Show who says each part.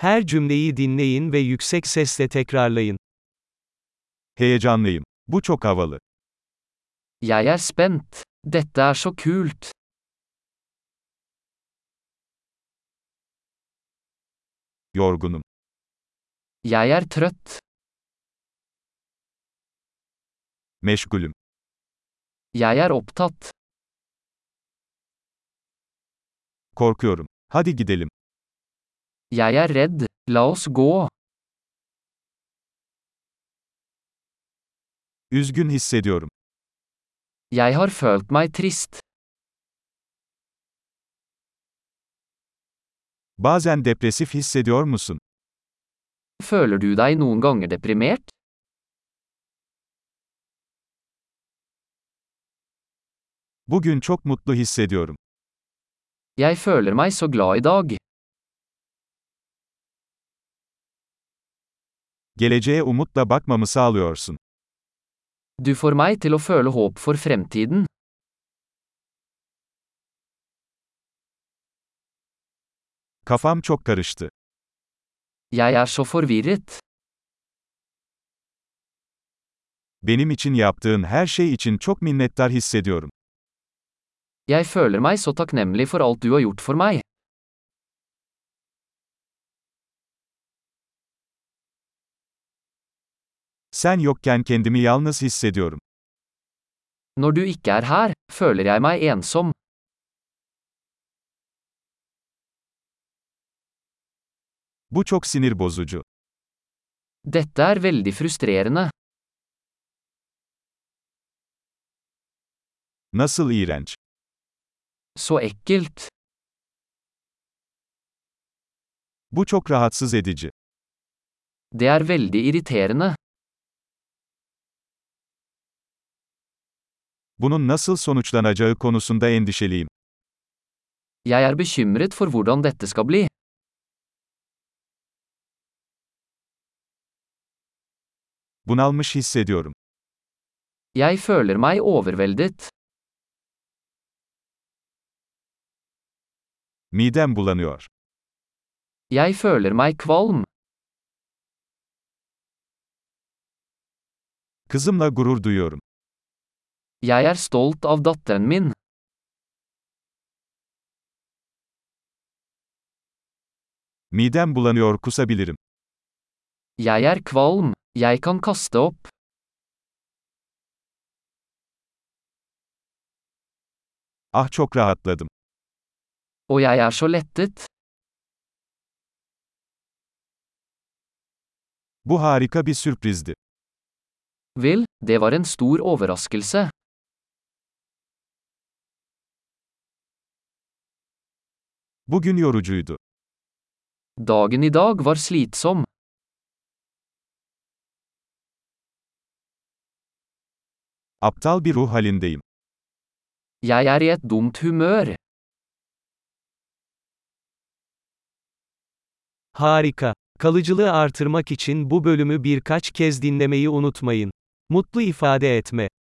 Speaker 1: Her cümleyi dinleyin ve yüksek sesle tekrarlayın.
Speaker 2: Heyecanlıyım. Bu çok havalı.
Speaker 3: Jeg er spent. Dette er så kult.
Speaker 2: Yorgunum.
Speaker 3: Jeg er trøtt.
Speaker 2: Meşgulüm.
Speaker 3: Jeg er opptatt.
Speaker 2: Korkuyorum. Hadi gidelim.
Speaker 3: Jeg er redd. La oss gå.
Speaker 2: Üzgün hissediyorum.
Speaker 3: Jeg har følt meg trist.
Speaker 2: Bazen depresif hissediyor musun?
Speaker 3: Føler du deg noen ganger deprimert?
Speaker 2: Bugün çok mutlu hissediyorum.
Speaker 3: Jeg føler meg så glad i dag.
Speaker 2: Geleceğe umutla bakmamı sağlıyorsun.
Speaker 3: Du får meg til å føle håp for fremtiden.
Speaker 2: Kafam çok karıştı.
Speaker 3: Jeg er så forvirret.
Speaker 2: Benim için yaptığın her şey için çok minnettar hissediyorum.
Speaker 3: Jeg føler meg så takknemlig for alt du har gjort for meg.
Speaker 2: Sen yokken kendimi yalnız hissediyorum.
Speaker 3: Når du ikke er her, føler jeg meg ensom.
Speaker 2: Bu çok sinir bozucu.
Speaker 3: Dette er veldig frustrerende.
Speaker 2: Nasıl iğrenç.
Speaker 3: Så ekkelt.
Speaker 2: Bu çok rahatsız edici.
Speaker 3: Det er veldig irriterende.
Speaker 2: Bunun nasıl sonuçlanacağı konusunda endişeliyim.
Speaker 3: Jeg er bekymret for hvordan dette skal bli.
Speaker 2: Bunalmış hissediyorum.
Speaker 3: Jeg føler meg overveldet.
Speaker 2: Midem bulanıyor.
Speaker 3: Jeg føler meg kvalm.
Speaker 2: Kızımla gurur duyuyorum.
Speaker 3: Jeg er stolt av datteren min.
Speaker 2: Midem bulanıyor kusabilirim.
Speaker 3: Jeg er kvalm. Jeg kan kaste opp.
Speaker 2: Ah çok rahatladım.
Speaker 3: Og jeg er så lettet.
Speaker 2: Bu harika bir sürprizdi.
Speaker 3: Vel, det var en stor overraskelse.
Speaker 2: Bugün yorucuydu.
Speaker 3: Dagen i dag var slitsom.
Speaker 2: Aptal bir ruh halindeyim.
Speaker 3: Jeg er i et dumt humør.
Speaker 1: Harika. Kalıcılığı artırmak için bu bölümü birkaç kez dinlemeyi unutmayın. Mutlu ifade etme